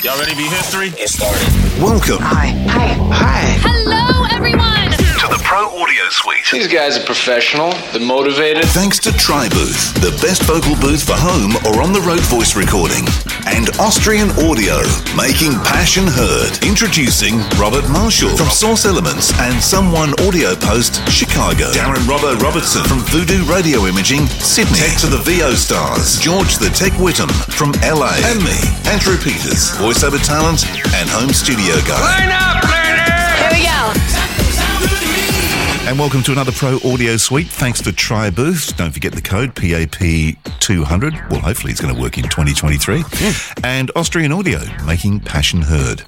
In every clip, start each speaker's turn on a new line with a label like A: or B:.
A: Y'all ready to be history?
B: Get started.
C: Welcome
D: Hi. Hi. Hi.
E: Hello, everyone.
F: to the Pro Audio Suite.
G: These guys are professional. They're motivated.
C: thanks to TriBooth, the best vocal booth for home or on the road voice recording, and Austrian Audio, making passion heard. Introducing Robert Marshall from Source Elements and Someone Audio Post, Chicago. Darren Robbo Robertson from Voodoo Radio Imaging, Sydney. Tech to the VO Stars, George the Tech Whittam from LA, and me, Andrew Peters, voiceover talent and home studio guy.
E: Here we go.
C: And welcome to another Pro Audio Suite. Thanks to Try Booth. Don't forget the code PAP200. Well, hopefully it's going to work in 2023. And Austrian Audio, making passion heard.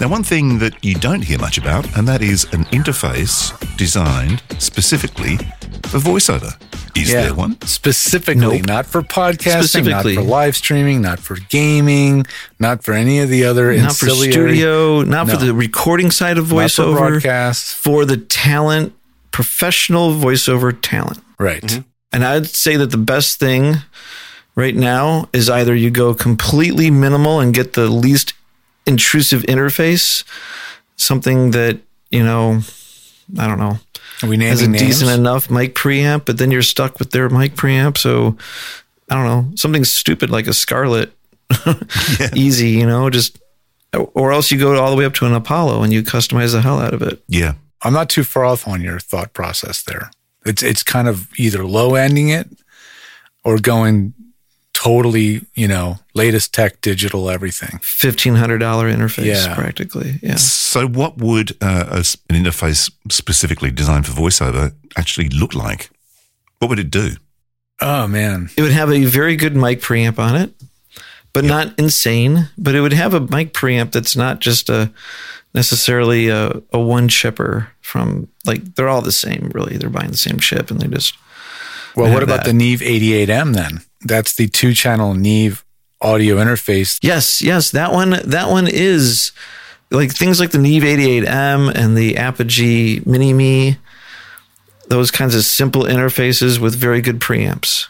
C: Now, one thing that you don't hear much about, and that is an interface designed specifically for voiceover. Is there one?
H: Specifically,
I: Nope.
H: not for podcasting,
I: Specifically.
H: not for live streaming, not for gaming, not for any of the other
I: Not for
H: ancillary-
I: studio, not
H: No.
I: for the recording side of
H: Not for
I: voiceover,
H: broadcast.
I: for the talent, professional voiceover talent.
H: Right.
I: And I'd say that the best thing right now is either you go completely minimal and get the least intrusive interface, something that, you know, I don't know,
H: Are we naming
I: has a
H: names?
I: decent enough mic preamp, but then you're stuck with their mic preamp. So I don't know, something stupid like a Scarlet, easy, you know, just, or else you go all the way up to an Apollo and you customize the hell out of it.
C: Yeah.
H: I'm not too far off on your thought process there. It's it's kind of either low ending it or going totally, you know, latest tech, digital, everything.
I: $1,500 interface
H: Yeah.
I: practically. Yeah.
C: So, what would uh, a s an interface specifically designed for voiceover actually look like? What would it do?
H: Oh man,
I: It would have a very good mic preamp on it, but not insane. But it would have a mic preamp that's not just a necessarily a, a one chipper from like they're all the same really. They're buying the same chip and they just
H: Well, what
I: have
H: about
I: that.
H: the Neve 88M then? That's the two channel Neve audio interface.
I: yes, yes that one that one is like things like the Neve 88M and the Apogee Mini Me. Those kinds of simple interfaces with very good preamps.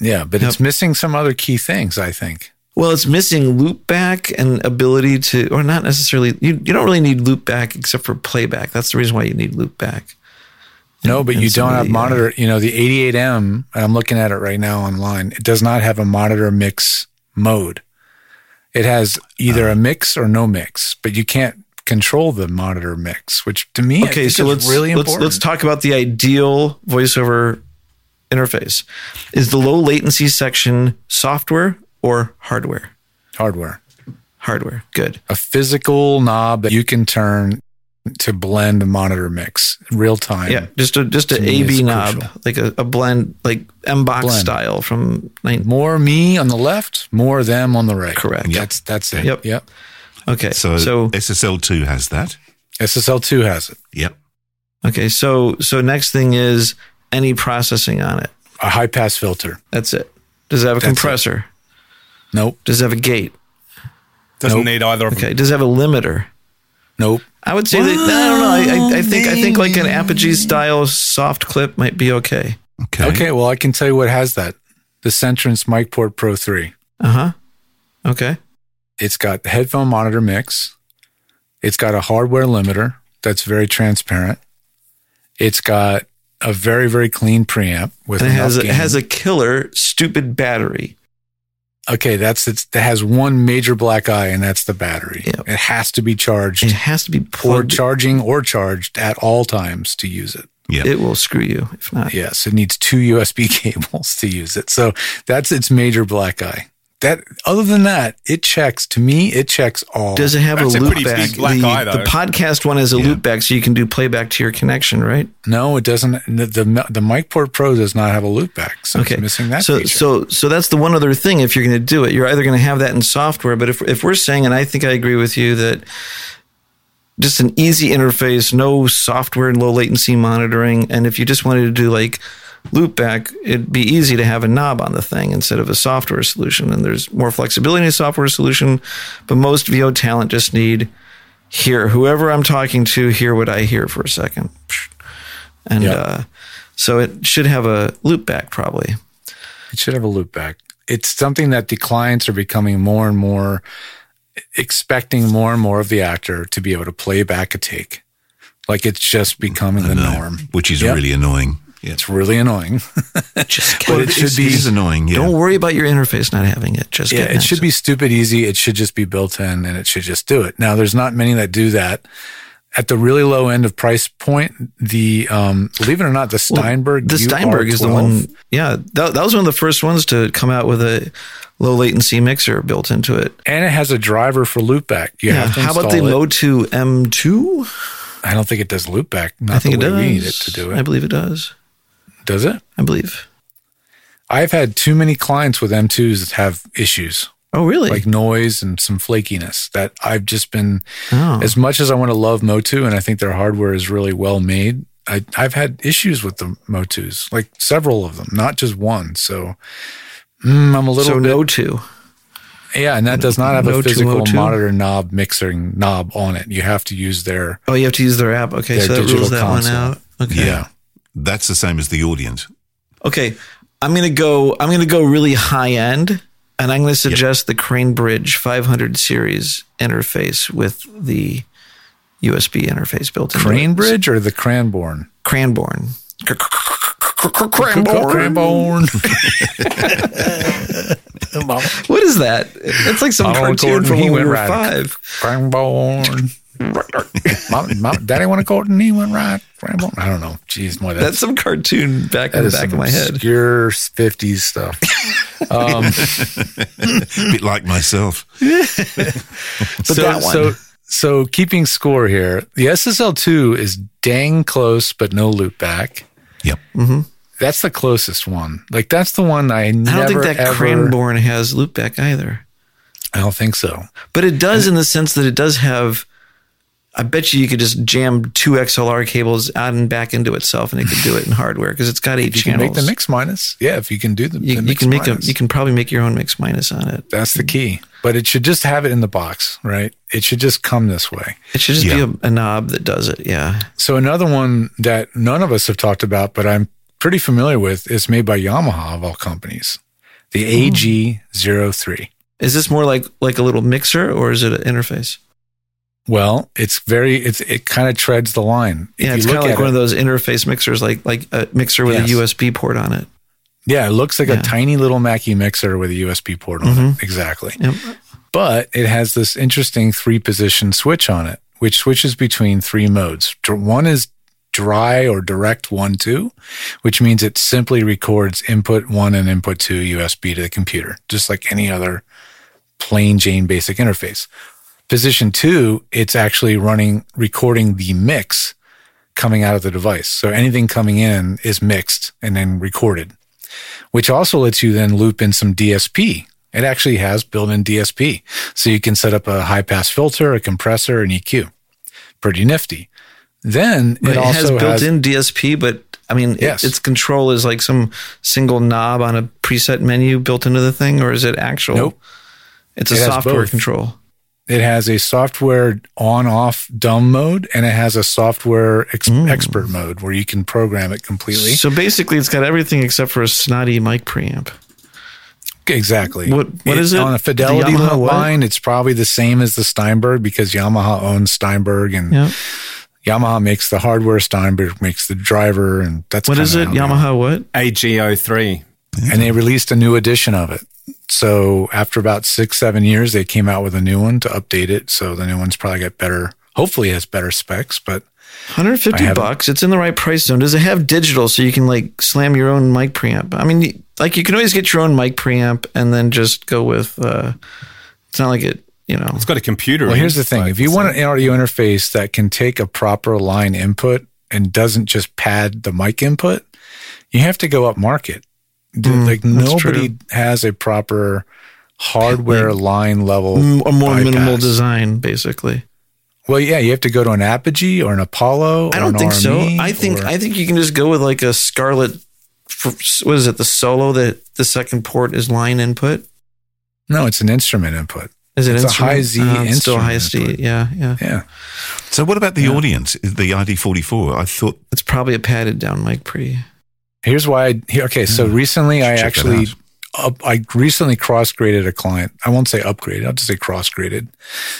H: Yeah, but it's missing some other key things, I think.
I: Well, it's missing loop back and ability to, or not necessarily. You, you don't really need loop back except for playback. That's the reason why you need loop back.
H: No, but
I: and
H: you
I: some
H: don't
I: of
H: have
I: the, uh,
H: monitor. You know, the 88M, and I'm looking at it right now online, it does not have a monitor mix mode. It has either
I: Oh.
H: a mix or no mix, but you can't control the monitor mix, which to me,
I: Okay, so let's
H: really
I: let's
H: important.
I: let's talk about the ideal voiceover interface. Is the low latency section software or hardware?
H: hardware.
I: Hardware, good.
H: A physical knob that you can turn to blend the monitor mix real time.
I: Yeah, just a just
H: To
I: a
H: me, it's
I: AB knob,
H: crucial.
I: like a, a blend, like M box
H: Blend.
I: style from nine.
H: More me on the left, more them on the right.
I: Correct.
H: That's that's it.
I: Yep.
H: Yep.
I: Okay,
C: So,
I: Eh, so
C: SSL2 has that.
H: SSL2 has it.
C: Yep.
I: okay, so so next thing is any processing on it.
H: A high pass filter.
I: That's it. Does it have a
H: That's it.
I: compressor?
H: Nope.
I: Does it have a gate?
A: Doesn't
H: Nope.
A: need either of them.
I: Okay. Does it have a limiter?
H: Nope.
I: I would say that I don't know. I, I, I think I think like an Apogee style soft clip might be okay.
C: Okay.
H: Okay, well, I can tell you what has that. The Sentrance MicPort Pro 3.
I: Uh huh. Okay.
H: It's got the headphone monitor mix. It's got a hardware limiter that's very transparent. It's got a very very clean preamp with
I: And it
H: enough
I: has a, it
H: gain.
I: has a killer stupid battery.
H: okay that's it's, that has one major black eye and that's the battery.
I: Yep.
H: It has to be charged
I: It has to be
H: or
I: plugged.
H: charging or charged at all times to use it.
C: Yeah.
I: It will screw you if not.
H: Yes, it needs two USB cables to use it. So that's its major black eye. That other than that, it checks to me. It checks all.
I: Does it have
A: That's
I: a
A: a pretty
I: loop
A: big
I: back?
A: black
I: the,
A: eye,
I: the
A: though.
I: podcast one has a loop back, so you can do playback to your connection, right?
H: No, it doesn't. The the, the MicPort Pro does not have a loopback, so it's missing that.
I: so
H: feature.
I: so so that's the one other thing. If you're going to do it, you're either going to have that in software. But if if we're saying, and I think I agree with you that just an easy interface, no software and low latency monitoring, and if you just wanted to do like loopback, it'd be easy to have a knob on the thing instead of a software solution. And there's more flexibility in a software solution, but most VO talent just need hear whoever I'm talking to hear what I hear for a second. And
H: Yeah.
I: uh, so it should have a loopback probably.
H: it should have a loopback. It's something that the clients are becoming more and more expecting more and more of the actor to be able to play back a take. Like it's just
I: Hmm,
H: becoming the
C: No,
H: norm.
C: which is
H: Yep.
C: really annoying. Yeah.
H: It's really annoying.
I: Just
H: But
C: Well,
H: it
C: it
H: should
C: is-
H: be-
C: it is annoying. Yeah.
I: Don't worry about your interface not having it. Just
H: Yeah,
I: get
H: it should be stupid easy. It should just be built in and it should just do it. Now, there's not many that do that. At the really low end of price point, the um, believe it or not, the Steinberg.
I: The Steinberg is the
H: UR12
I: one. Yeah, that, that was one of the first ones to come out with a low latency mixer built into it.
H: and it has a driver for loopback. You
I: Yeah.
H: have to
I: How about the
H: install it.
I: Motu M2?
H: I don't think it does loopback. Not
I: I think it
H: the way
I: does.
H: we need it to do
I: I
H: it.
I: believe it does.
H: Does it?
I: I believe.
H: I've had too many clients with M2s that have issues
I: Oh, really?
H: like noise and some flakiness that I've just been
I: oh.
H: as much as I want to love Motu and I think their hardware is really well made. I, I've had issues with the Motus, like several of them, not just one. So mm, I'm a little
I: so
H: bit,
I: no two.
H: yeah, and that does not have a
I: Motu,
H: physical
I: Motu?
H: monitor knob mixing knob on it. You have to use their
I: Oh, you have to use their app. Okay,
H: Their
I: so that
H: digital
I: rules that
H: console.
I: one out. Okay.
H: yeah.
C: That's the same as the audience.
I: Okay. I'm gonna go. I'm gonna go really high end, and I'm gonna suggest the Crane Bridge 500 series interface with the USB interface built in.
H: Cranebridge or the Cranborn?
I: Cranborn.
H: Cranborn.
I: What is that? It's like some
H: Arnold
I: cartoon
H: Gordon,
I: from
H: he
I: when we
H: went
I: were
H: right.
I: five.
H: Cranborn. Mom, mom, daddy went to court and he went right. Cranborn. I don't know. Jeez, my
I: That's some cartoon back in the back of my head.
H: Obscure 50s stuff. Um,
C: A bit like myself.
I: But
H: so,
I: that one.
H: so so keeping score here, the SSL2 is dang close, but no loop back.
C: Yep.
H: That's the closest one. Like that's the one I,
I: Mm-hmm. I
H: never.
I: don't think that
H: ever-
I: Cranborn has loopback either.
H: I don't think so.
I: But it does in the sense that it does have. I bet you you could just jam two XLR cables out and back into itself, and it could do it in hardware because it's got eight
H: If you can
I: channels.
H: make the mix minus, yeah. If you can do the,
I: You, you
H: the mix
I: can make a,
H: minus.
I: You can probably make your own mix minus on it.
H: That's the key. But it should just have it in the box, right? It should just come this way.
I: It should just
C: Yeah.
I: be a, a knob that does it. Yeah.
H: So another one that none of us have talked about, but I'm pretty familiar with, is made by Yamaha of all companies,
I: Hmm.
H: the AG03.
I: Is this more like like a little mixer or is it an interface?
H: Well, it's very it's it kind of treads the line. If
I: Yeah,
H: you
I: it's kind
H: look
I: of like
H: at
I: one
H: it-
I: of those interface mixers, like like a mixer with
H: Yes.
I: a USB port on it.
H: Yeah, it looks like
I: Yeah. Mm-hmm.
H: a tiny little Mackie mixer with a USB port on it. Exactly.
I: Yep.
H: But it has this interesting three position switch on it, which switches between three modes. Dr- One is dry or direct one two, which means it simply records input one and input two USB to the computer, just like any other plain Jane basic interface. Position two, it's actually running recording the mix coming out of the device. So anything coming in is mixed and then recorded which also lets you then loop in some DSP. It actually has built in DSP. So you can set up a high pass filter, a compressor, an EQ. Pretty nifty. Then it,
I: But it,
H: also
I: has built-in DSP, but I mean, it-
H: Yes.
I: its control is like some single knob on a preset menu built into the thing, or is it actual?
H: Nope.
I: It's a
H: It has
I: software
H: both.
I: control.
H: It has a software on off dumb mode and it has a software ex-
I: Mm.
H: expert mode where you can program it completely.
I: So basically, it's got everything except for a snotty mic preamp.
H: Exactly.
I: What- what is it?
H: On a
I: The
H: fidelity
I: Yamaha what?
H: line, it's probably the same as the Steinberg because Yamaha owns Steinberg and
I: Yeah.
H: Yamaha makes the hardware, Steinberg makes the driver, and that's
I: What
H: kinda
I: is it?
H: how they-
I: Yamaha what?
A: AGO3.
H: and they released a new edition of it. So after about six, seven years, they came out with a new one to update it. So the new one's probably got better, hopefully has better specs, but
I: 150
H: I haven't-
I: bucks. It's in the right price zone. Does it have digital so you can like slam your own mic preamp? I mean, like you can always get your own mic preamp and then just go with. uh It's not like it, you know.
A: It's got a computer.
H: well,
A: in it.
H: here's the thing.
A: Like,
H: If you
A: so-
H: want an audio interface that can take a proper line input and doesn't just pad the mic input, you have to go up market. Dude,
I: Mm,
H: like nobody has a proper hardware line level
I: m- a more minimal
H: bypass.
I: design, basically.
H: Well, yeah, you have to go to an Apogee or an Apollo.
I: I
H: or
I: don't
H: an
I: think so.
H: RME
I: I think
H: or-
I: I think you can just go with like a Scarlet. f- What is it? The solo that the second port is line input.
H: no, it's an instrument input.
I: Is it
H: It's a
I: instrument?
H: high Z
I: Uh, it's still high
H: instrument
I: Z.
H: input.
I: Yeah, yeah.
H: Yeah.
C: So what about the audience? The ID44. I thought
I: It's probably a padded down mic, pretty.
H: Here's why. I, here, okay, so recently I
C: Hmm. Check that
H: actually
C: out.
H: up, I recently cross graded a client. I won't say upgraded. I'll just say cross graded.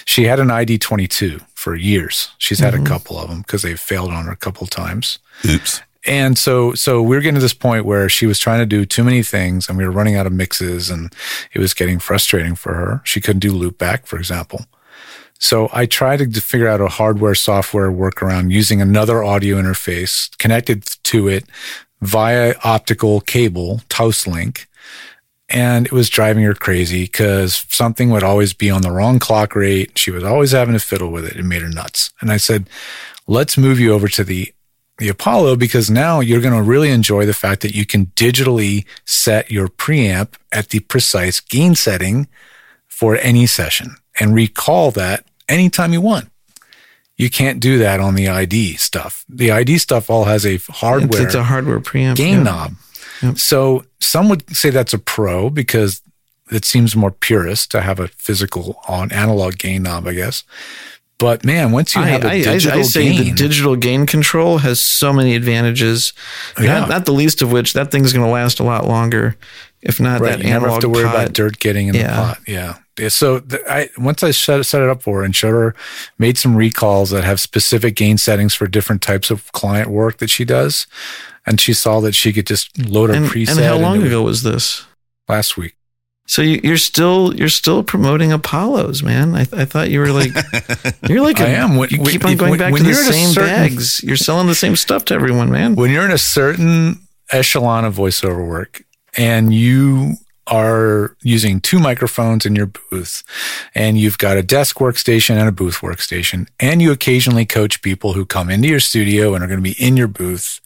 H: She had an ID22 for years. She's had
C: Mm-hmm.
H: a couple of them because they've failed on her a couple times.
C: Oops.
H: And so, so we were getting to this point where she was trying to do too many things and we were running out of mixes and it was getting frustrating for her. She couldn't do loop back, for example. So I tried to d- figure out a hardware software workaround using another audio interface connected to it via optical cable, Taos link. And it was driving her crazy because something would always be on the wrong clock rate. She was always having to fiddle with it. It made her nuts. And I said, let's move you over to the the Apollo because now you're going to really enjoy the fact that you can digitally set your preamp at the precise gain setting for any session and recall that anytime you want. You can't do that on the ID stuff. The ID stuff all has a
I: It's,
H: hardware
I: it's a hardware preamp.
H: game
I: yeah.
H: knob. So some would say that's a pro because it seems more purist to have a physical on analog gain knob, I guess. But man, once you
I: I,
H: have a
I: I, I,
H: digital
I: I say
H: gain,
I: the digital gain control has so many advantages.
H: Oh, Yeah.
I: Not, not the least of which that thing's going to last a lot longer, if not
H: right,
I: that
H: you never have
I: analog
H: to worry
I: pot.
H: about dirt getting in the
I: Yeah.
H: pot. Yeah. Yeah, So th- I once I set, set it up for her and showed her, made some recalls that have specific gain settings for different types of client work that she does, and she saw that she could just load her
I: And,
H: preset.
I: and how
H: into
I: long
H: it
I: ago was this?
H: Last week.
I: So you, you're still you're still promoting Apollos, man. I, th- I thought you were like you're like
H: I
I: a-
H: am. When-
I: you
H: when-
I: keep on going
H: when-
I: back
H: when
I: to the
H: you're at a
I: same
H: certain-
I: bags. You're selling the same stuff to everyone, man.
H: when you're in a certain echelon of voiceover work and you are using two microphones in your booth and you've got a desk workstation and a booth workstation and you occasionally coach people who come into your studio and are going to be in your booth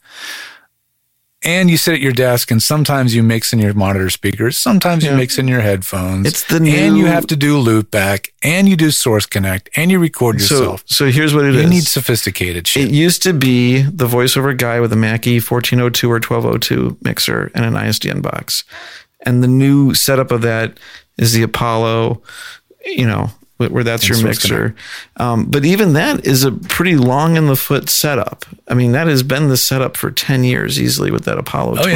H: and you sit at your desk and sometimes you mix in your monitor speakers sometimes you mix in your headphones
I: It's the
H: and you
I: new-
H: have to do loop back and you do source connect and you record
I: So
H: yourself
I: so here's what it is.
H: you need sophisticated shit
I: It used to be the voiceover guy with a E Mackie 1402 or 1202 mixer and an ISDN box. And the new setup of that is the Apollo, you know, wh- where that's your
H: source
I: mixer. Um, but even that is a pretty long in the foot setup. I mean, that has been the setup for 10 years easily with that Apollo
H: Oh,
I: twin.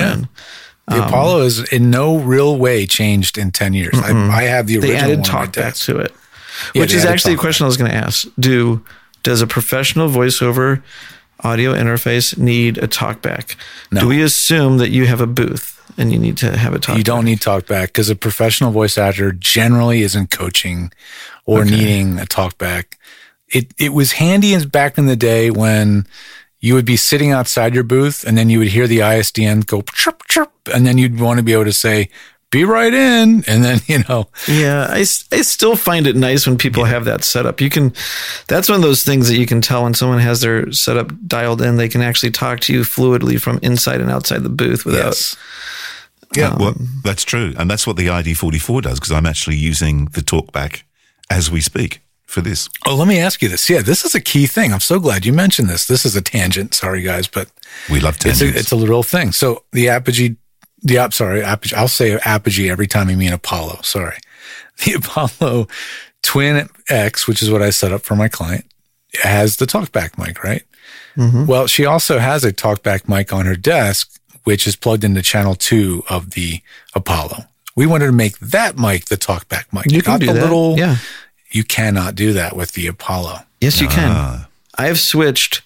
H: yeah. The
I: Um,
H: Apollo is in no real way changed in 10 years. I, I have the
I: They
H: original
I: added
H: one on my
I: talkback
H: desk.
I: to it,
H: Yeah,
I: which
H: they
I: is
H: added
I: actually a
H: talkback.
I: question I was going to ask. Do does a professional voiceover audio interface need a talkback? Do we assume that you have a booth and you need to have a talkback?
H: You don't need talkback because a professional voice actor generally isn't coaching or needing a talkback. It, it was handy as back in the day when you would be sitting outside your booth and then you would hear the ISDN go chirp, chirp, and then you'd want to be able to say, be right in. And then, you know,
I: Yeah, I, s- I still find it nice when people have that setup. You can, that's one of those things that you can tell when someone has their setup dialed in. They can actually talk to you fluidly from inside and outside the booth without.
C: Yeah, well, that's true. And that's what the ID44 does because I'm actually using the talkback as we speak for this.
H: Oh, let me ask you this. Yeah, this is a key thing. I'm so glad you mentioned this. This is a tangent. Sorry, guys, but
C: We love
H: it's
C: tangents.
H: a, it's a literal thing. So the Apogee, the app, sorry, Apogee, I'll say Apogee every time I mean Apollo. Sorry. The Apollo Twin X, which is what I set up for my client, has the talkback mic, right?
I: Mm-hmm.
H: Well, she also has a talkback mic on her desk, which is plugged into channel two of the Apollo. We wanted to make that mic the talkback mic.
I: You can
H: not
I: do
H: the
I: that.
H: little.
I: Yeah.
H: You cannot do that with the Apollo.
I: Yes, you
H: Ah.
I: can. I've switched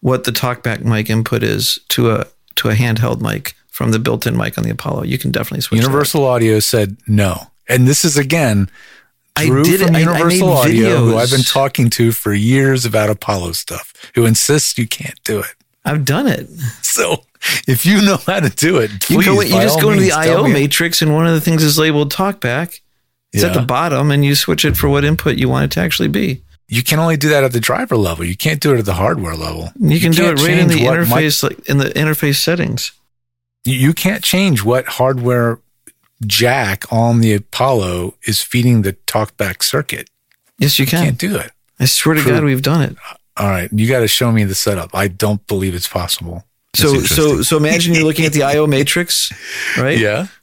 I: what the talkback mic input is to a to a handheld mic from the built-in mic on the Apollo. You can definitely switch. that.
H: Universal Audio said no. And this is again
I: I
H: Drew
I: did it.
H: from
I: I- I
H: Universal
I: made
H: Audio, who
I: videos.
H: I've been talking to for years about Apollo stuff, who insists you can't do it.
I: I've done it.
H: So if you know how to do it,
I: You
H: please,
I: go. You
H: by
I: just
H: all
I: go into the
H: means, tell
I: I/O
H: me.
I: matrix, and one of the things is labeled talkback. It's at the
H: Yeah.
I: bottom, and you switch it for what input you want it to actually be.
H: You can only do that at the driver level. You can't do it at the hardware level.
I: And you can do
H: can't
I: it right in
H: change
I: the
H: what mic-
I: interface, like in the interface settings.
H: you you can't change what hardware jack on the Apollo is feeding the talkback circuit.
I: Yes, you
H: You
I: can.
H: can't do it.
I: I swear to
H: True.
I: God, we've done it.
H: All right. You got to show me the setup. I don't believe it's possible.
I: So, so,
C: interesting.
I: so imagine you're looking at the I/O matrix, right?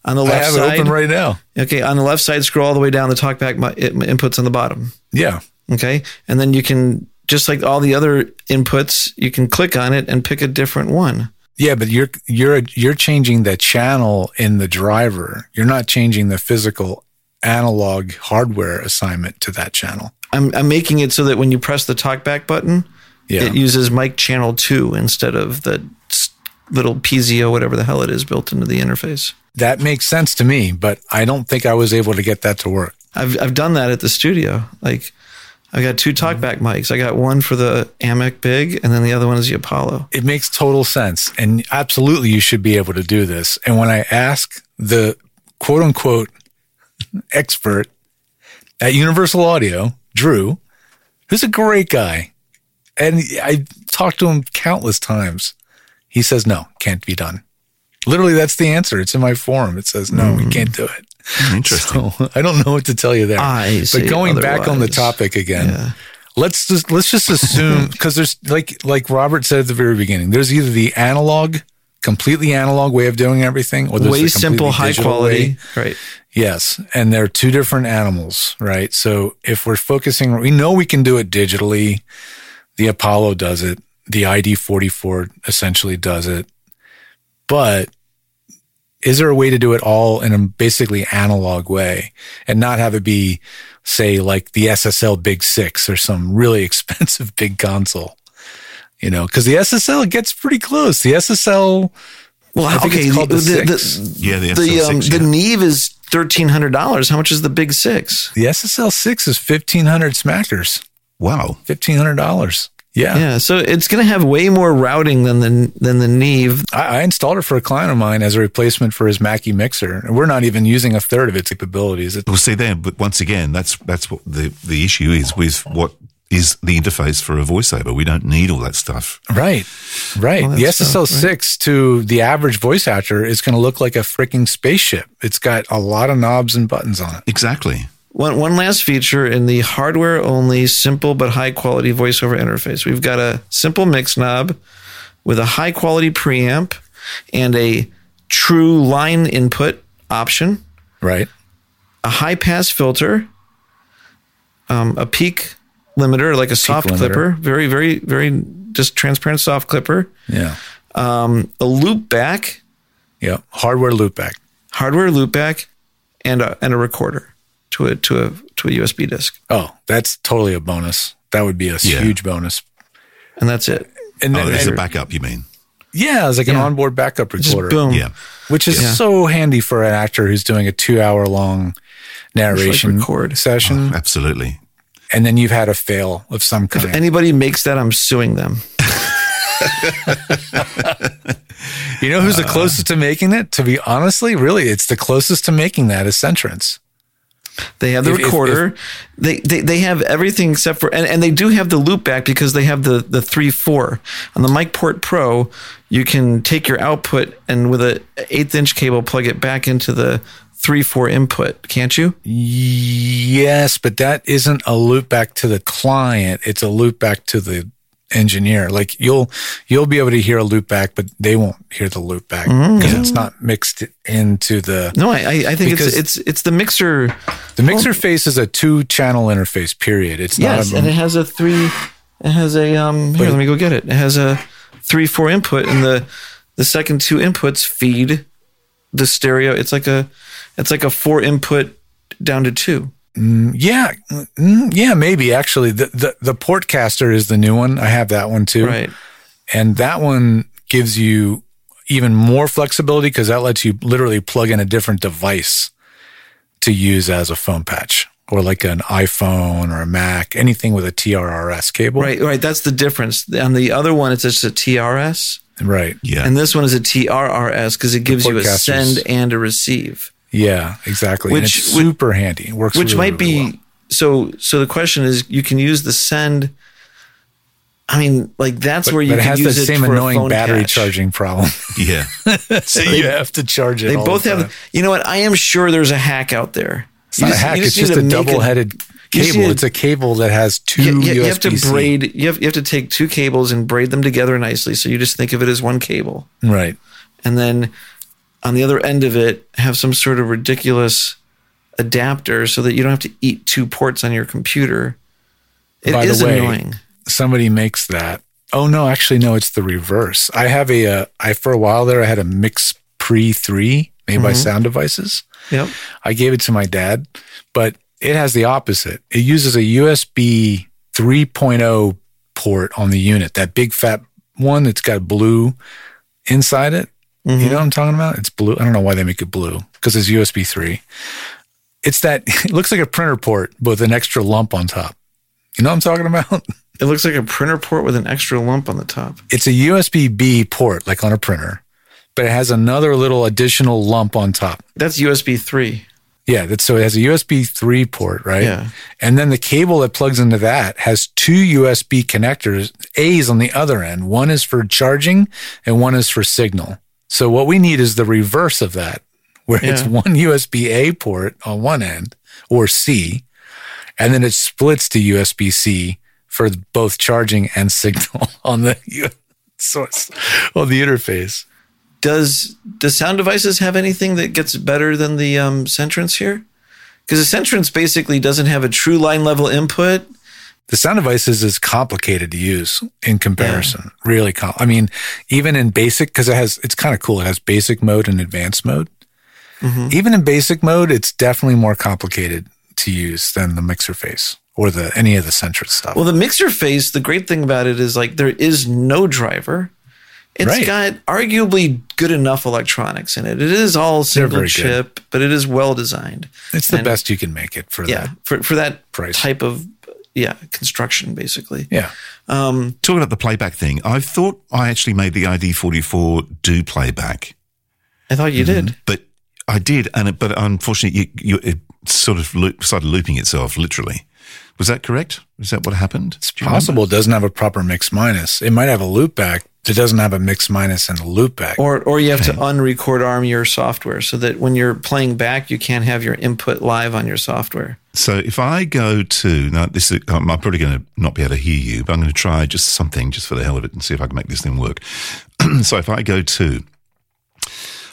I: On the
H: I
I: left
H: have
I: side,
H: it open right now.
I: Okay, on the left side, scroll all the way down. The talkback mi- it- inputs on the bottom.
H: Yeah.
I: Okay, and then you can just like all the other inputs, you can click on it and pick a different one.
H: Yeah, but you're you're you're changing the channel in the driver. You're not changing the physical analog hardware assignment to that channel.
I: I'm, I'm making it so that when you press the talkback button,
H: Yeah.
I: it uses mic channel two instead of the s- little PZO, whatever the hell it is, built into the interface.
H: that makes sense to me, but I don't think I was able to get that to work.
I: I've I've done that at the studio. Like I got two talkback mics. I got one for the Amic Big, and then the other one is the Apollo.
H: It makes total sense. And absolutely, you should be able to do this. And when I ask the quote unquote expert at Universal Audio, Drew, who's a great guy, and I talked to him countless times, he says, no, can't be done. Literally, that's the answer. It's in my form. It says, no, we can't do it.
C: Interesting.
H: So I don't know what to tell you there.
I: I
H: but
I: say
H: going back on the
I: otherwise.
H: topic again, let's just let's just assume because there's like like Robert said at the very beginning, there's either the analog, completely analog way of doing everything, or there's
I: Way
H: the
I: simple,
H: completely
I: high
H: digital
I: quality.
H: way.
I: Right.
H: Yes, and they're two different animals, right? So if we're focusing, we know we can do it digitally. The Apollo does it. The ID forty four essentially does it, but is there a way to do it all in a basically analog way and not have it be, say, like the SSL Big Six or some really expensive big console? You know, because the SSL gets pretty close. The SSL,
I: Well,
H: I think
I: okay.
H: it's called
I: the,
H: the
I: the,
H: six.
I: the,
C: Yeah, the
I: the,
C: SL6,
I: um,
C: yeah.
I: the Neve is thirteen hundred dollars. How much is the Big Six?
H: the SSL six is fifteen hundred smackers.
C: Wow.
H: fifteen hundred dollars. Yeah,
I: Yeah, so it's going to have way more routing than the than the Neve.
H: I, I installed it for a client of mine as a replacement for his Mackie mixer, and we're not even using a third of its capabilities. It,
C: Well, see there, but once again, that's that's what the the issue is with what is the interface for a voiceover. We don't need all that stuff.
H: right, right. the
I: that's
H: SSL six to the average voice actor is going to look like a freaking spaceship. It's got a lot of knobs and buttons on it.
C: Exactly.
I: One one last feature in the hardware only, simple but high quality voiceover interface. We've got a simple mix knob with a high quality preamp and a true line input option,
H: Right.
I: a high pass filter, um, a peak limiter like a soft
H: limiter.
I: clipper, very very very just transparent soft clipper,
H: Yeah.
I: a loop back
H: Yeah. Hardware loopback.
I: hardware loopback and a and a recorder to a to a to a USB disk,
H: Oh, that's totally a bonus. That would be a
C: Yeah.
H: huge bonus.
I: and that's it.
H: And
C: Oh,
H: then,
C: there's a
H: and-
C: backup. You mean?
H: yeah, it's like an
I: Yeah.
H: onboard backup
I: Just
H: recorder.
I: boom.
C: Yeah.
H: which is
I: Yeah.
H: so handy for an actor who's doing a two hour long narration
I: record.
H: session.
C: Absolutely.
H: and then you've had a fail of some
I: If
H: kind.
I: anybody makes that, I'm suing them.
H: you know who's the closest to making it? To be honestly, really, it's the closest to making that is Centrance.
I: They have the
H: If- if-
I: recorder. they, they they have everything except for and, and they do have the loop back because they have the the three four on the MicPort Pro. You can take your output and with a eighth inch cable plug it back into the three four input, can't you?
H: Yes, but that isn't a loop back to the client. It's a loop back to the engineer. Like you'll you'll be able to hear a loop back, but they won't hear the loop back because it's not mixed into the
I: Mm. No, I I I think
H: Because-
I: it's it's it's the mixer.
H: the mixer face is a two channel interface. Period. It's
I: Yes,
H: not.
I: and
H: A,
I: it has a three. It has a um. Here, let me go get it. It has a three four input, and the the second two inputs feed the stereo. It's like a it's like a four input down to two.
H: Yeah, mm, yeah, maybe actually. The, the the portcaster is the new one. I have that one too,
I: Right.
H: and that one gives you even more flexibility because that lets you literally plug in a different device to use as a phone patch or like an iPhone or a Mac, anything with a TRRS cable.
I: Right. Right. That's the difference. On the other one, it's just a TRS,
H: right.
C: Yeah.
I: and this one is a TRRS because it gives you a
H: Portcasters.
I: send and a receive.
H: Yeah, exactly. and
I: Which-
H: it's super handy. It works,
I: which
H: really,
I: might
H: really
I: be
H: well.
I: so so the question is you can use the send i mean like that's
H: But,
I: where you
H: but it
I: can
H: has the
I: use
H: same
I: it for a
H: annoying
I: phone
H: battery
I: catch.
H: charging problem.
C: yeah.
H: so you have to charge it.
I: they
H: all
I: both
H: the time.
I: have you know what i am sure there's a hack out there
H: It's not a hack. it's just a double-headed
I: you just need
H: cable.
I: to-
H: It's a cable that has two
I: you, you,
H: USB.
I: you have to braid you have, you have to take two cables and braid them together nicely so you just think of it as one cable
H: Right.
I: and then on the other end of it have some sort of ridiculous adapter so that you don't have to eat two ports on your computer It is
H: By the way,
I: annoying
H: Somebody makes that. Oh no, actually no, it's the reverse. I have a uh, I for a while there I had a Mix Pre 3 made by Sound Devices.
I: Yep.
H: I gave it to my dad, but it has the opposite. It uses a USB 3.0 port on the unit, that big fat one that's got blue inside it. You know what I'm talking about? It's blue. I don't know why they make it blue because it's USB 3. It's that, it looks like a printer port with an extra lump on top. You know what I'm talking about?
I: It looks like a printer port with an extra lump on the top.
H: It's a USB B port, like on a printer, but it has another little additional lump on top.
I: That's USB 3.
H: Yeah, that's so it has a USB 3 port, right?
I: Yeah.
H: And then the cable that plugs into that has two USB connectors, A's on the other end. One is for charging and one is for signal. So what we need is the reverse of that, where it's
I: Yeah.
H: one USB A port on one end or C, and then it splits to USB C for both charging and signal on the U- source on the interface.
I: Does does sound devices have anything that gets better than the um, Sentrance here? Because the Sentrance basically doesn't have a true line level input.
H: the sound devices is complicated to use in comparison. Really, com- I mean, even in basic, because it has, it's kind of cool. It has basic mode and advanced mode. Even in basic mode, it's definitely more complicated to use than the mixer face or the any of the centric stuff.
I: Well, the mixer phase, the great thing about it is like there is no driver. It's
H: Right.
I: got arguably good enough electronics in it. It is all single
H: very good.
I: chip, but it is well designed.
H: it's the
I: and-
H: best you can make it for
I: Yeah,
H: that.
I: for for that
H: Price.
I: type of yeah construction, basically.
H: Yeah.
C: Talking about the playback thing, I thought I actually made the ID44 do playback,
I: I thought
H: Mm-hmm.
I: you did.
C: but I did, and it, but unfortunately, you, you, it sort of loop, started looping itself literally. Was that correct? Is that what happened?
H: It's possible it doesn't have a proper mix minus. It might have a loop back. It doesn't have a mix minus and a loop back.
I: Or or you have to unrecord arm your software so that when you're playing back, you can't have your input live on your software.
C: So if I go to now, this is, I'm I'm probably going to not be able to hear you, but I'm going to try just something just for the hell of it and see if I can make this thing work. so if I go to,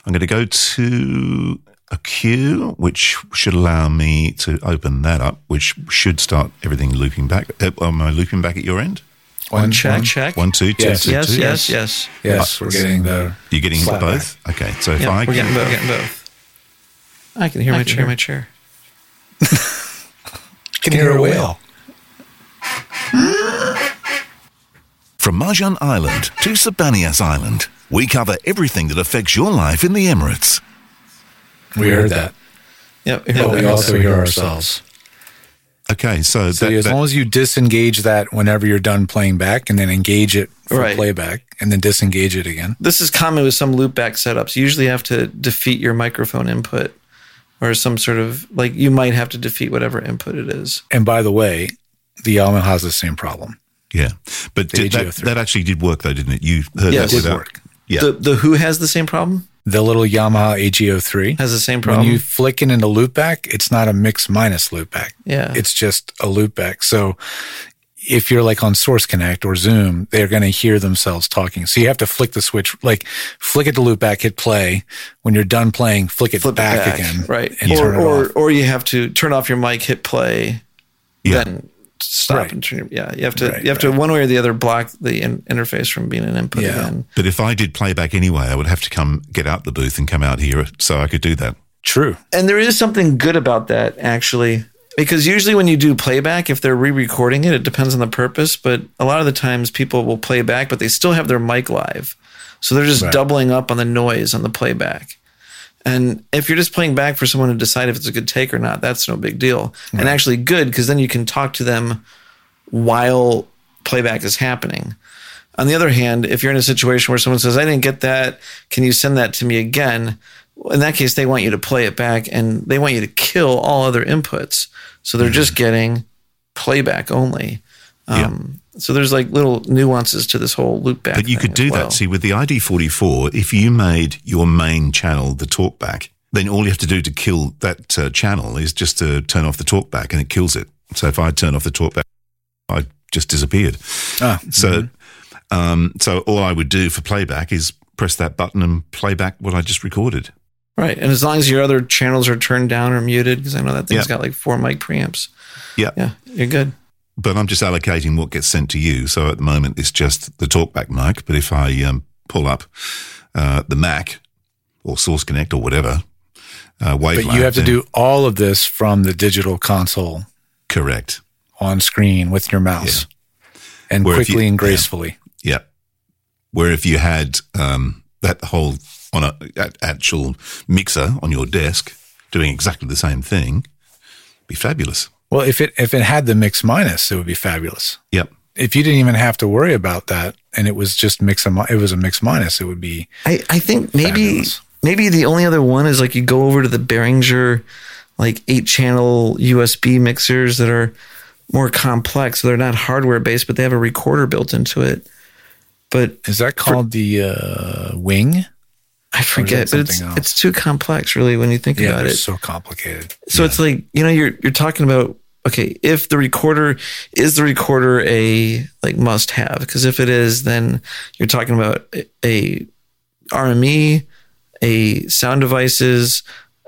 C: I'm going to go to a queue, which should allow me to open that up, which should start everything looping back. Uh, am I looping back at your end?
H: One-
I: Check
H: one-
I: check.
C: One, two, two,
H: Yes.
C: two,
I: yes,
C: two.
I: yes, yes.
H: Yes, we're getting the.
C: You're getting
H: Flat
C: both. Okay, so if
I: Yeah,
C: I
I: we're getting
C: go-
I: both. Getting both. I can hear my chair. My chair.
H: Can hear a whale.
J: From Marjan Island to Sabanias Island, we cover everything that affects your life in the Emirates.
H: We heard that.
I: Yep.
H: But we also hear ourselves.
C: okay, so,
H: So
C: that-
H: as
C: that-
H: long as you disengage that whenever you're done playing back, and then engage it for
I: Right.
H: playback, and then disengage it again.
I: this is common with some loopback setups. You usually have to defeat your microphone input or some sort of like you might have to defeat whatever input it is.
H: And by the way, the Yamaha has the same problem.
C: yeah, but did that,
H: AGO3.
C: that actually did work though, didn't it? You heard that
I: Yes. It did
C: without-
H: work.
C: Yeah.
I: The the who has the same problem?
H: The little Yamaha AGO3
I: Has the same
H: When
I: problem.
H: you flick it into loopback, it's not a mix minus loopback.
I: Yeah.
H: it's just a loopback. So if you're like on Source Connect or Zoom, they're going to hear themselves talking. So you have to flick the switch, like flick it to loopback, hit play. When you're done playing, flick it
I: flip it
H: back, again,
I: Right.
H: And
I: Or
H: turn it
I: or
H: off.
I: or you have to turn off your mic, hit play,
C: Yeah.
I: then stop
H: Right.
I: and turn your yeah. You have to
H: Right,
I: you have to one way or the other block the in, interface from being an input
H: Yeah.
I: again.
C: But if I did playback anyway, I would have to come get out the booth and come out here, so I could do that.
H: True.
I: And there is something good about that, actually, because usually when you do playback, if they're re recording it, it depends on the purpose. But a lot of the times people will play back, but they still have their mic live. So they're just doubling up on the noise on the playback. And if you're just playing back for someone to decide if it's a good take or not, that's no big deal. And actually good because then you can talk to them while playback is happening. On the other hand, if you're in a situation where someone says, I didn't get that, can you send that to me again? In that case, they want you to play it back and they want you to kill all other inputs. So
C: Mm-hmm.
I: they're just getting playback only. Um, So there's like little nuances to this whole loop back.
C: But you
I: thing
C: could
I: as
C: do
I: well.
C: that. See, with the ID44, if you made your main channel the talkback, then all you have to do to kill that uh, channel is just to turn off the talkback and it kills it. So if I turn off the talkback, I just disappeared.
H: Ah,
C: So,
I: Mm-hmm.
C: um, so all I would do for playback is press that button and play back what I just recorded.
I: Right. And as long as your other channels are turned down or muted, because I know that thing's
C: Yeah.
I: got like four mic preamps.
C: Yeah.
I: Yeah. You're good.
C: but I'm just allocating what gets sent to you. So at the moment, it's just the talkback mic. But if I um, pull up uh, the Mac or Source Connect or whatever, uh,
H: But
C: wavelength,
H: you have to
C: then-
H: do all of this from the digital console
C: correct.
H: on screen with your mouse and
C: Where if
H: quickly
C: you-
H: and
C: yeah.
H: gracefully.
C: Yeah. Where if you had um, that whole on a a- actual mixer on your desk doing exactly the same thing, be fabulous.
H: Well, if it if it had the mix minus, it would be fabulous.
C: Yep.
H: If you didn't even have to worry about that, and it was just mix, and mi- it was a mix minus, it would be
I: I, I think maybe
H: Fabulous.
I: maybe the only other one is like you go over to the Behringer like eight channel USB mixers that are more complex. So they're not hardware based, but they have a recorder built into it. But
H: Is that called the uh, wing?
I: I forget, but it's
H: something else?
I: it's too complex really when you think about
H: they're
I: it.
H: so complicated.
I: So it's like you know you're you're talking about okay if the recorder is the recorder a like must have because if it is then you're talking about a- a RME, a sound devices,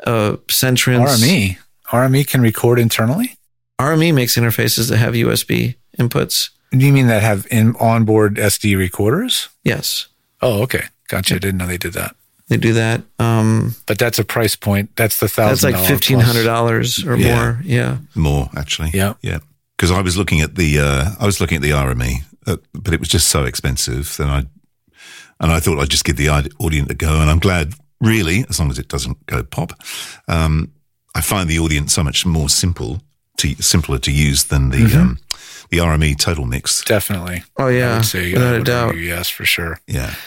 I: uh Sentrance.
H: RME, RME E can record internally.
I: RME E makes interfaces that have USB inputs.
H: Do you mean that have in onboard SD recorders?
I: Yes,
H: Oh, okay, gotcha. I didn't know they did that.
I: they do that. Um,
H: But that's a price point. That's the thousand.
I: that's like fifteen hundred dollars or
C: Yeah.
I: more. Yeah.
C: More actually.
H: Yeah.
C: Yeah. Because I was looking at the uh, I was looking at the RME, uh, but it was just so expensive. Then I and I thought I'd just give the aud- audience a go, and I'm glad, really, as long as it doesn't go pop. Um, I find the audience so much more simple, to, simpler to use than the um, the RME Total Mix.
H: Definitely.
I: Oh
H: I
I: yeah,
H: would say, uh, I
I: without a
H: would
I: doubt.
H: argue Yes, for sure.
C: Yeah.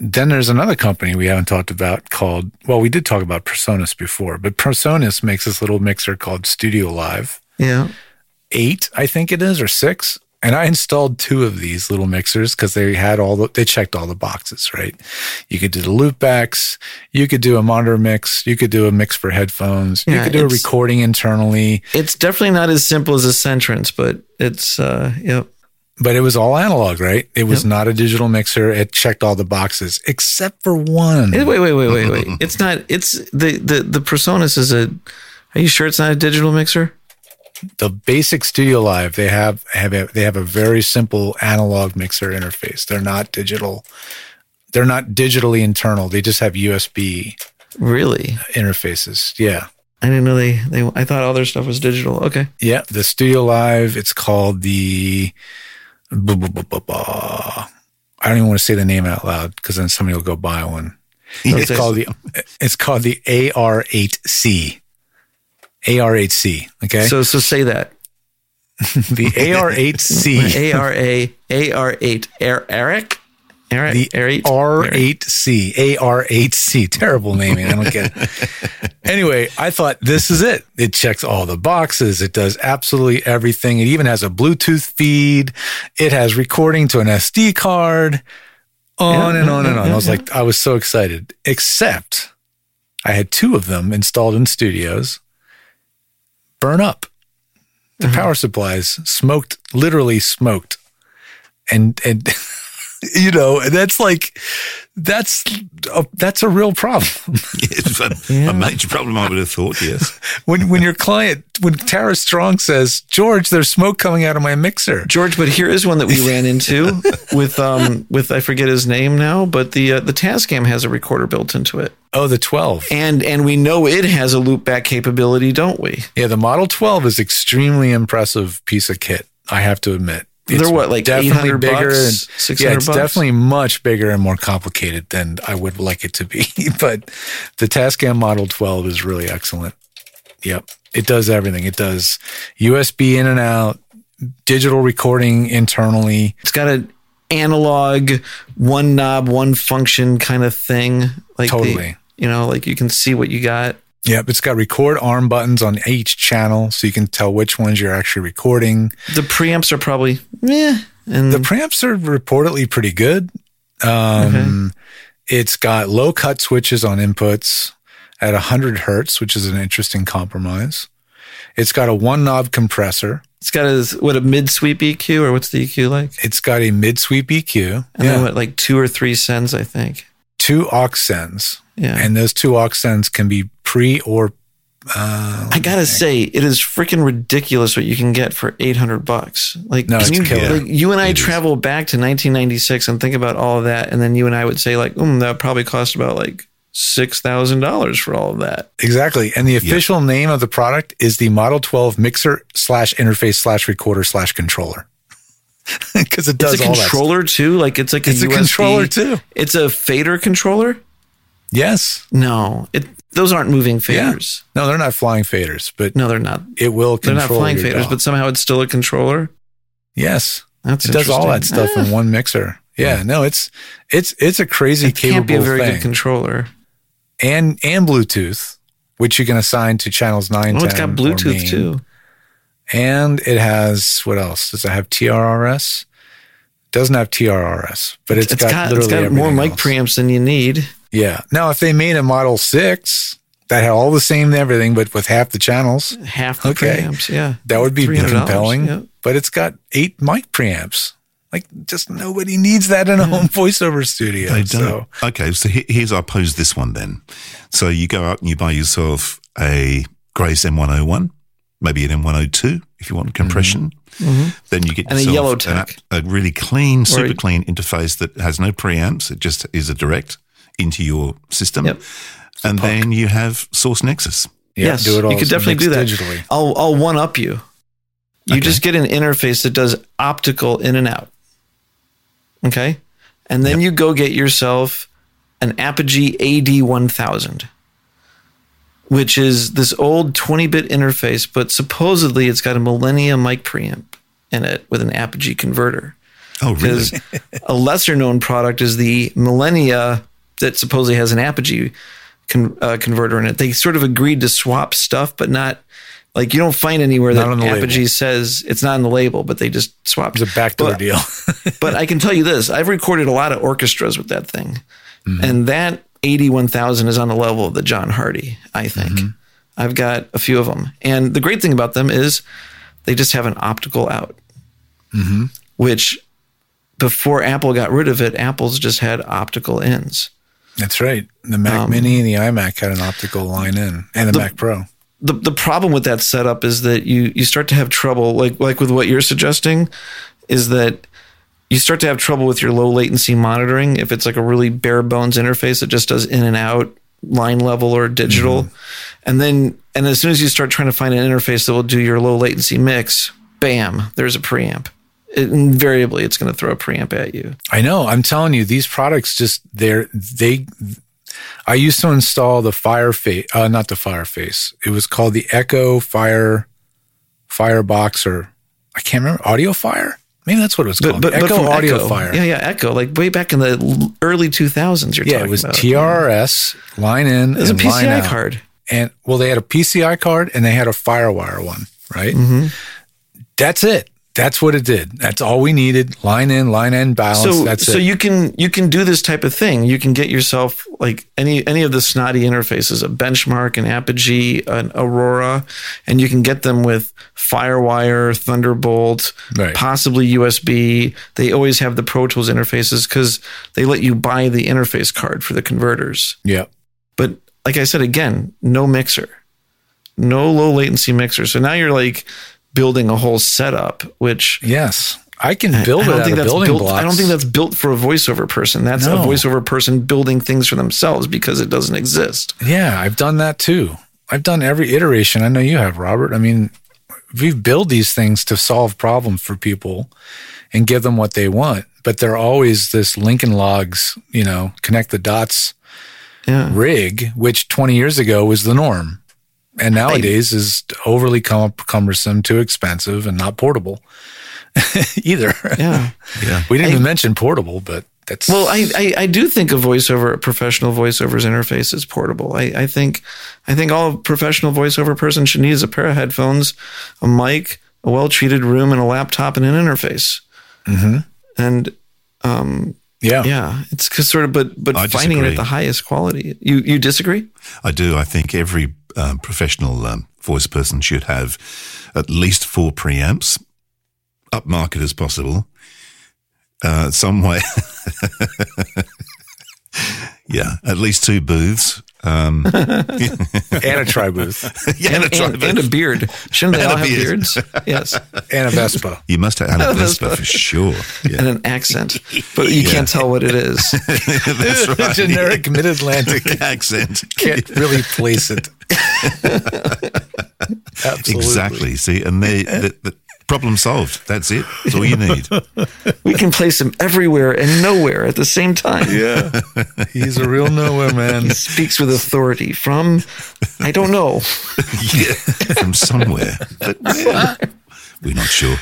H: Then there's another company we haven't talked about called, well, we did talk about Personas before, but Personas makes this little mixer called Studio Live.
I: Yeah.
H: eight, I think it is, or six. And I installed two of these little mixers because they had all the, they checked all the boxes, right? You could do the loopbacks, you could do a monitor mix, you could do a mix for headphones, you
I: Yeah,
H: could do a
I: it's-
H: recording internally,
I: It's definitely not as simple as a Sentrance, but it's uh, yep.
H: but it was all analog, right? It was not a digital mixer. It checked all the boxes except for one.
I: Hey, Wait, wait, wait, wait, wait. It's not. It's the the the Personas is a. Are you sure it's not a digital mixer?
H: the basic Studio Live, they have have a, they have a very simple analog mixer interface. They're not digital. They're not digitally internal. They just have USB
I: Really?
H: interfaces. Yeah.
I: I didn't know they they. I thought all their stuff was digital. Okay.
H: Yeah. The Studio Live, it's called the. bu- bu- bu- bu- bu- I don't even want to say the name out loud because then somebody will go buy one. It's
I: Okay.
H: called the it's called the AR8C. AR8C. Okay. So
I: So so say that.
H: the AR8C.
I: A R A A R eight. Eric. Eric.
H: The
I: Eric.
H: R8C. AR8C. Terrible naming. I don't get it. Anyway, I thought this is it. It checks all the boxes. It does absolutely everything. It even has a Bluetooth feed. It has recording to an SD card. On and on and on. I was like, I was so excited. Except I had two of them installed in studios. Burn up. The power supplies smoked, literally smoked. And and you know, and that's like that's a, that's a real problem.
C: It's a, a major problem, I would have thought, yes.
H: when when your client when Tara Strong says, "George, there's smoke coming out of my mixer."
I: George, but here is one that we ran into with um with I forget his name now, but the uh, the Tascam has a recorder built into it,
H: Oh, the 12.
I: and and we know it has a loopback capability, don't we?
H: Yeah, the Model 12 is extremely impressive piece of kit, I have to admit.
I: They're
H: It's
I: what, like 800 bucks,
H: and
I: 600
H: yeah, it's
I: bucks?
H: definitely much bigger and more complicated than I would like it to be. but the Tascam Model 12 is really excellent. Yep, it does everything. It does USB in and out, digital recording internally.
I: It's got an analog one knob, one function kind of thing. Like the-
H: Totally.
I: you know, like you can see what you got.
H: Yep, it's got record arm buttons on each channel, so you can tell which ones you're actually recording.
I: The preamps are probably meh. And
H: The preamps are reportedly pretty good. Um, It's got low cut switches on inputs at 100 hertz, which is an interesting compromise. It's got a one knob compressor.
I: it's got a what a mid sweep EQ or what's the EQ like?
H: It's got a mid sweep E EQ.
I: And then what, like two or three sends, I think.
H: Two aux sends.
I: Yeah.
H: And those two aux sends can be pre or
I: I gotta say, it is freaking ridiculous what you can get for eight hundred bucks. Like,
H: No,
I: can
H: it's
I: you,
H: killer.
I: like you and I
C: It is.
I: travel back to 1996 and think about all of that, and then you and I would say like, mm, that probably cost about like six thousand dollars for all of that.
H: Exactly. And the official name of the product is the Model 12 Mixer slash interface slash recorder slash controller. Because it does
I: It's a
H: all that.
I: controller too. Like it's like a
H: It's a
I: USB.
H: controller, too.
I: It's a fader controller.
H: Yes.
I: No, it those aren't moving
H: Yeah.
I: faders.
H: No, they're not flying faders, but
I: No, they're not.
H: it will
I: They're
H: control.
I: not flying
H: your
I: faders,
H: dog.
I: but somehow it's still a controller.
H: yes,
I: That's
H: it does all that
I: interesting. Ah.
H: stuff in one mixer. Yeah, no, it's it's it's a crazy
I: It
H: capable
I: can't be a very
H: thing,
I: good controller.
H: and and Bluetooth, which you can assign to channels nine.
I: Oh, it's
H: 10,
I: got
H: or main.
I: Bluetooth too.
H: and it has what else? Does it have TRRS? Doesn't have TRRS, but
I: it's
H: got,
I: got, it's
H: literally
I: got more
H: everything
I: mic
H: else.
I: preamps than you need.
H: Yeah. Now, if they made a Model Six that had all the same everything, but with half the channels,
I: Half the
H: Okay.
I: preamps, yeah.
H: That would be
I: $300,
H: compelling,
I: yeah.
H: but it's got eight mic preamps. Like, just nobody needs that in a home voiceover studio.
C: They
H: So,
C: don't. Okay, so he- here's I pose this one then. So you go out and you buy yourself a Grace M101, maybe an M102 if you want compression. Then you get
I: Mm-hmm. And a
C: yourself
I: yellow
C: an
I: tech.
C: app- a really clean, super
I: a-
C: clean interface that has no preamps. It just is a direct into your system.
I: Yep.
C: And then you have Source Nexus.
H: yeah,
I: yes,
H: do it all.
I: you could definitely do that.
H: mixed digitally.
I: I'll, I'll one up you. You just get an interface that does optical in and out. Okay. And then you go get yourself an Apogee AD1000, which is this old 20 bit interface, but supposedly it's got a Millennium mic preamp in it with an Apogee converter.
C: Oh,
I: because
C: really?
I: a lesser known product is the Millennia that supposedly has an Apogee con- uh, converter in it. They sort of agreed to swap stuff, but not like you don't find anywhere
H: Not on
I: that
H: the label.
I: Apogee says it's not on the label, but they just swapped.
H: It's a backdoor
I: But-
H: deal.
I: but I can tell you this: I've recorded a lot of orchestras with that thing, and that eighty-one thousand is on the level of the John Hardy. I think I've got a few of them, and the great thing about them is they just have an optical out, which before Apple got rid of it, Apple's just had optical ins.
H: That's right. The Mac Mini and the iMac had an optical line in, and the, Mac Pro.
I: um, the the problem with that setup is that you you start to have trouble like like with what you're suggesting is that you start to have trouble with your low latency monitoring if it's like a really bare bones interface that just does in and out line level or digital
H: Mm-hmm.
I: and then and as soon as you start trying to find an interface that will do your low latency mix bam there's a preamp it, invariably it's going to throw a preamp at you
H: I know. I'm telling you, these products just they're they. I used to install the Fireface, uh, not the Fireface. It was called the Echo Fire, Firebox, or I can't remember. Audio Fire. Maybe that's what it was
I: but
H: called.
I: but, but
H: Echo
I: from
H: Audio
I: Echo-
H: Fire.
I: yeah yeah echo like way back in the l- early 2000s you're
H: Yeah,
I: talking
H: it was
I: about
H: TRRS line in
I: it was a
H: and line
I: PCI
H: out.
I: card
H: and well, they had a PCI card and they had a FireWire one, right?
I: Mm-hmm.
H: That's it. That's what it did. That's all we needed. Line in, line in, balance.
I: so
H: that's
I: so
H: it.
I: you can you can do this type of thing. You can get yourself like any any of the snotty interfaces, a benchmark, an Apogee, an Aurora, and you can get them with FireWire, Thunderbolt,
H: Right.
I: possibly USB. They always have the Pro Tools interfaces because they let you buy the interface card for the converters.
H: yeah.
I: But like I said again, no mixer, no low latency mixer. So now you're like building a whole setup, which
H: Yes, I can
I: I
H: build it
I: don't
H: out
I: think
H: of
I: that's
H: building
I: built.
H: blocks.
I: I don't think that's built for a voiceover person. That's
H: No.
I: a voiceover person building things for themselves because it doesn't exist.
H: Yeah, I've done that too. I've done every iteration. I know you have, Robert. I mean, we've built these things to solve problems for people and give them what they want, but they're always this Lincoln Logs, you know, connect the dots
I: Yeah.
H: rig, which 20 years ago was the norm. And nowadays is overly cum- cumbersome, too expensive, and not portable either.
I: Yeah.
H: We didn't even mention portable, but that's
I: Well, I, I, I do think of voiceover, a professional voiceover's interface is portable. I, I think I think all professional voiceover person should need is a pair of headphones, a mic, a well treated room, and a laptop and an interface. Mm-hmm. And
H: Oh.
I: yeah, it's 'cause sort of but but
C: I
I: finding it at
C: disagree.
I: the highest quality. You you disagree?
C: I do. I think every um, professional um, voice person should have at least four preamps, upmarket as possible, uh, some way. yeah, at least two booths
H: and a tri booth
C: yeah, and a tri
I: and, and a beard. Shouldn't they
C: And a
I: all have
C: beard.
I: beards? Yes.
H: and a Vespa.
C: You must have had a Vespa for sure. Yeah.
I: And an accent. But you
C: Yeah.
I: can't tell what it is.
C: That's right.
H: Generic Mid Atlantic.
C: Yeah. accent.
H: Can't really place it. Absolutely.
C: Exactly. See, and they, the, the problem solved. That's it. That's all you need.
I: We can place them everywhere and nowhere at the same time.
H: Yeah. He's a real nowhere man.
I: He speaks with authority from, I don't know.
C: yeah, from somewhere, but where? we're not sure.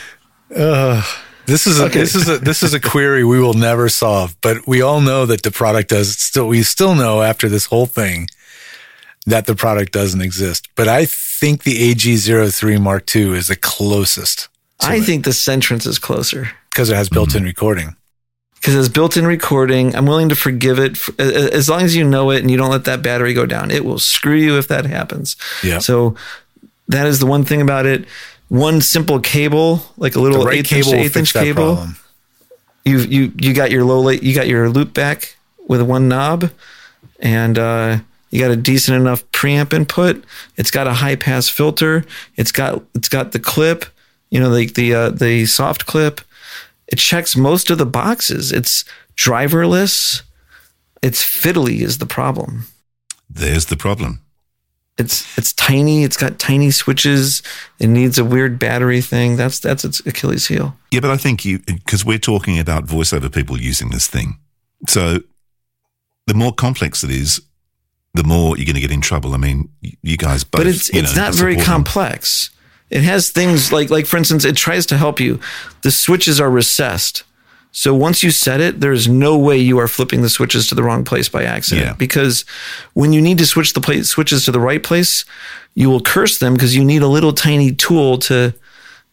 H: This is a, this is a this is a query we will never solve, but we all know that the product does still we still know after this whole thing that the product doesn't exist. But I think the AG03 Mark II is the closest
I: I think the Sentrance is closer.
H: because it has built-in recording.
I: because it's built-in recording. I'm willing to forgive it f- a- a- as long as you know it and you don't let that battery go down. It will screw you if that happens.
H: Yeah.
I: So that is the one thing about it. One simple cable, like a
H: The
I: little
H: right
I: eighth inch
H: cable
I: to
H: will
I: eighth
H: fix
I: inch
H: that
I: cable.
H: problem.
I: You you you got your low late. You got your loop back with one knob, and uh, you got a decent enough preamp input. It's got a high pass filter. It's got it's got the clip. You know, like the uh, the soft clip it checks most of the boxes. It's driverless. It's fiddly is the problem.
C: There's the problem.
I: It's it's tiny. It's got tiny switches. It needs a weird battery thing. That's that's its Achilles heel.
C: Yeah, but I think you because we're talking about voiceover people using this thing. So the more complex it is, the more you're going to get in trouble. I mean, y- you guys both.
I: but it's
C: you
I: it's
C: know,
I: not very
C: support them.
I: complex. It has things like like for instance, it tries to help you. The switches are recessed. So once you set it, there is no way you are flipping the switches to the wrong place by accident.
C: Yeah.
I: Because when you need to switch the pla switches to the right place, you will curse them because you need a little tiny tool to,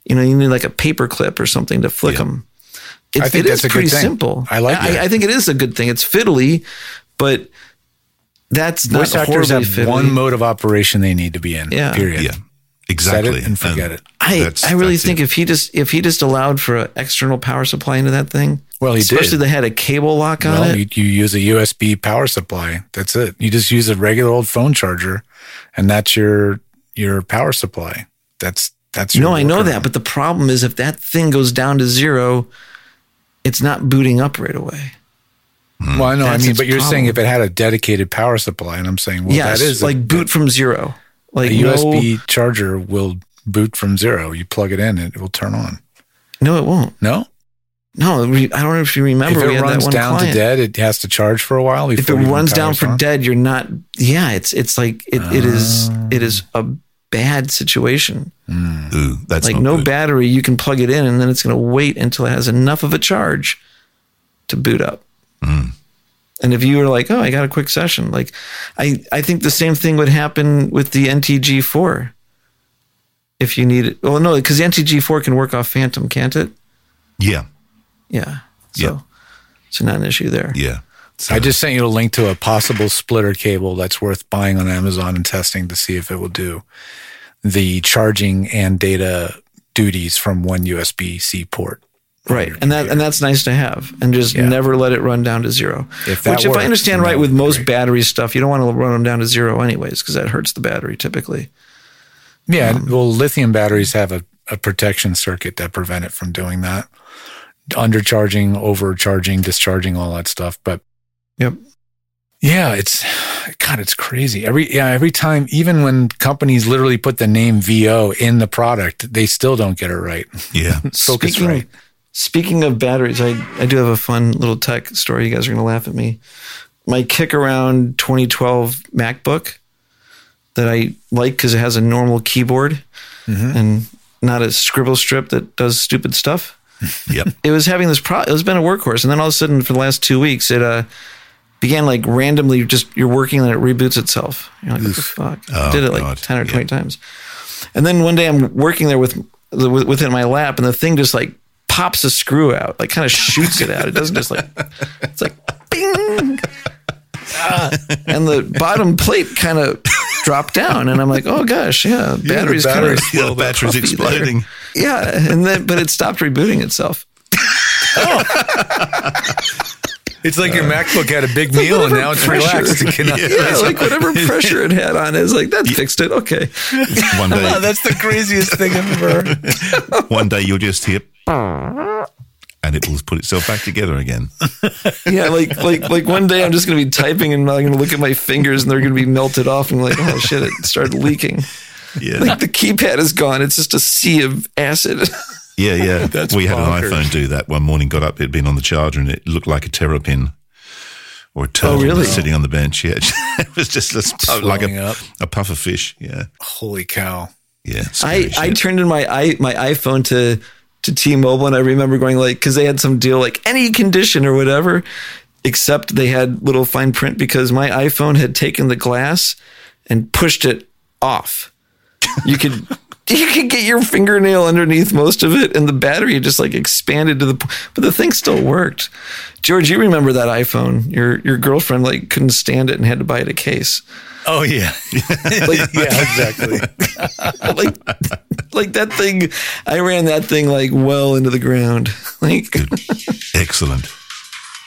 I: you know, you need like a paper clip or something to flick them. It,
H: I think
I: it
H: that's
I: is
H: a good
I: pretty
H: thing.
I: simple.
H: I like that.
I: I, I think it is a good thing. It's fiddly, but that's not
H: Voice actors
I: horribly
H: have
I: fiddly.
H: one mode of operation they need to be in.
I: Yeah.
H: Period.
C: Yeah,
H: Set
C: exactly.
H: it and forget it.
I: I,
C: that's-
I: I really
C: that's
I: think
C: it.
I: if he just if he just allowed for an external power supply into that thing,
H: Well, Oh, he did.
I: especially they had a cable lock on
H: Well,
I: it.
H: you, you use a USB power supply. That's it. You just use a regular old phone charger, and that's your your power supply. That's that's your
I: no, I know
H: workaround.
I: that, but the problem is if that thing goes down to zero, it's not booting up right away.
H: Mm-hmm. Well, I know. I
I: That's
H: mean,
I: its
H: but you're saying
I: problem.
H: if it had a dedicated power supply, and I'm saying, well,
I: yes,
H: that is a-
I: like boot from zero,
H: a,
I: like
H: USB charger will boot from zero. You plug it in, and it will turn on.
I: No, no, it won't.
H: No,
I: No, we, I don't know if you remember.
H: if
I: we
H: it
I: had that
H: runs
I: one
H: down
I: client.
H: to dead, it has to charge for a while.
I: If it
H: before even
I: runs down
H: powers
I: for
H: on.
I: dead, you're not. Yeah, it's it's like it, it is it is
H: Ah.
I: a bad situation.
C: Ooh, that's
I: like
C: not
I: no
C: good.
I: battery you can plug it in and then it's going to wait until it has enough of a charge to boot up
H: Mm.
I: and if you were like oh i got a quick session like i i think the same thing would happen with the ntg4 if you need it well no because the ntg4 can work off phantom can't it
C: Yeah,
I: yeah so
C: Yeah.
I: it's not an issue there
C: yeah. So,
H: I just sent you a link to a possible splitter cable that's worth buying on Amazon and testing to see if it will do the charging and data duties from one USB C port.
I: right and that and that's nice to have and just
H: Yeah.
I: never let it run down to zero
H: If that
I: which if
H: works,
I: i understand
H: then that
I: right with
H: would be
I: most
H: great.
I: battery stuff you don't want to run them down to zero anyways because that hurts the battery typically
H: Yeah, well, lithium batteries have a, a protection circuit that prevent it from doing that. Undercharging, overcharging, discharging, all that stuff. But
I: Yep.
H: yeah, it's God, it's crazy. Every yeah, every time, even when companies literally put the name VO in the product, they still don't get it right.
C: yeah.
H: Focus
I: speaking,
H: right.
I: Speaking of batteries, I, I do have a fun little tech story. You guys are going to laugh at me. My kick around 2012 MacBook that I like because it has a normal keyboard
H: Mm-hmm.
I: and not a scribble strip that does stupid stuff.
C: Yep.
I: It was having this pro. It was been a workhorse, and then all of a sudden, for the last two weeks, it uh, began like randomly. Just you're working, and it reboots itself. You're like, what the fuck? I did it like
C: Oh, God.
I: ten or twenty times. And then one day I'm working there with with- within my lap, and the thing just like pops a screw out, like kind of shoots it out. It doesn't just like it's like bing, Ah. and the bottom plate kind of dropped down, and I'm like, oh gosh, yeah, batteries kind of
C: Yeah, the battery's exploding.
I: yeah, and then but it stopped rebooting itself.
H: It's like your MacBook had a big meal and
I: whatever
H: now Uh, it's
I: pressure-
H: relaxed. It cannot-
I: yeah, like whatever pressure it had on it, it's like that fixed it. Okay.
C: One
H: Oh,
C: day,
H: that's the craziest thing I've ever heard.
C: one day you'll just hear, and it will put itself back together again.
I: Yeah, like like like one day I'm just gonna be typing and I'm gonna look at my fingers and they're gonna be melted off and like, oh shit, it started leaking.
C: Yeah,
I: The keypad is gone. It's just a sea of acid.
C: yeah, yeah. we had
H: bonkers.
C: an iPhone do that one morning. Got up, it had been on the charger, and it looked like a terrapin or a turtle
I: really?
C: sitting on the bench. Yeah, it was just a, like
H: Swelling
C: a,
H: up.
C: a puff of fish. Yeah,
H: Holy cow.
C: yeah.
I: I,
C: Scary
I: I
C: shit.
I: turned in my i my iPhone to to T-Mobile, and I remember going like because they had some deal like any condition or whatever, except they had little fine print because my iPhone had taken the glass and pushed it off. You could. You could get your fingernail underneath most of it, and the battery just like expanded to the. p- But the thing still worked. George, you remember that iPhone? Your your girlfriend like couldn't stand it and had to buy it a case.
H: Oh, yeah.
I: Like,
H: Yeah, exactly.
I: like like that thing I ran that thing like well into the ground. Like
C: Excellent.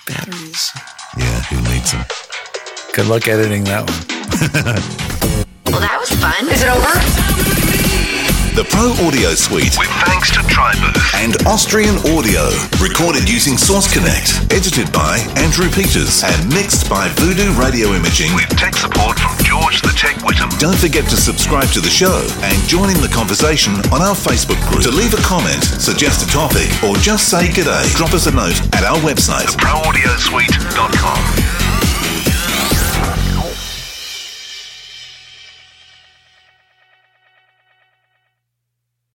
I: batteries.
C: Yeah, who needs them?
H: Good luck editing that one.
K: Well, that was fun. Is it over?
J: The Pro Audio Suite
F: With thanks to Tribooth.
J: and Austrian Audio. Recorded using Source Connect. Edited by Andrew Peters and mixed by Voodoo Radio Imaging.
F: With tech support from George the Tech Whittam.
J: Don't forget to subscribe to the show and join in the conversation on our Facebook group. To leave a comment, suggest a topic, or just say g'day, drop us a note at our website.
F: ProAudioSuite.com.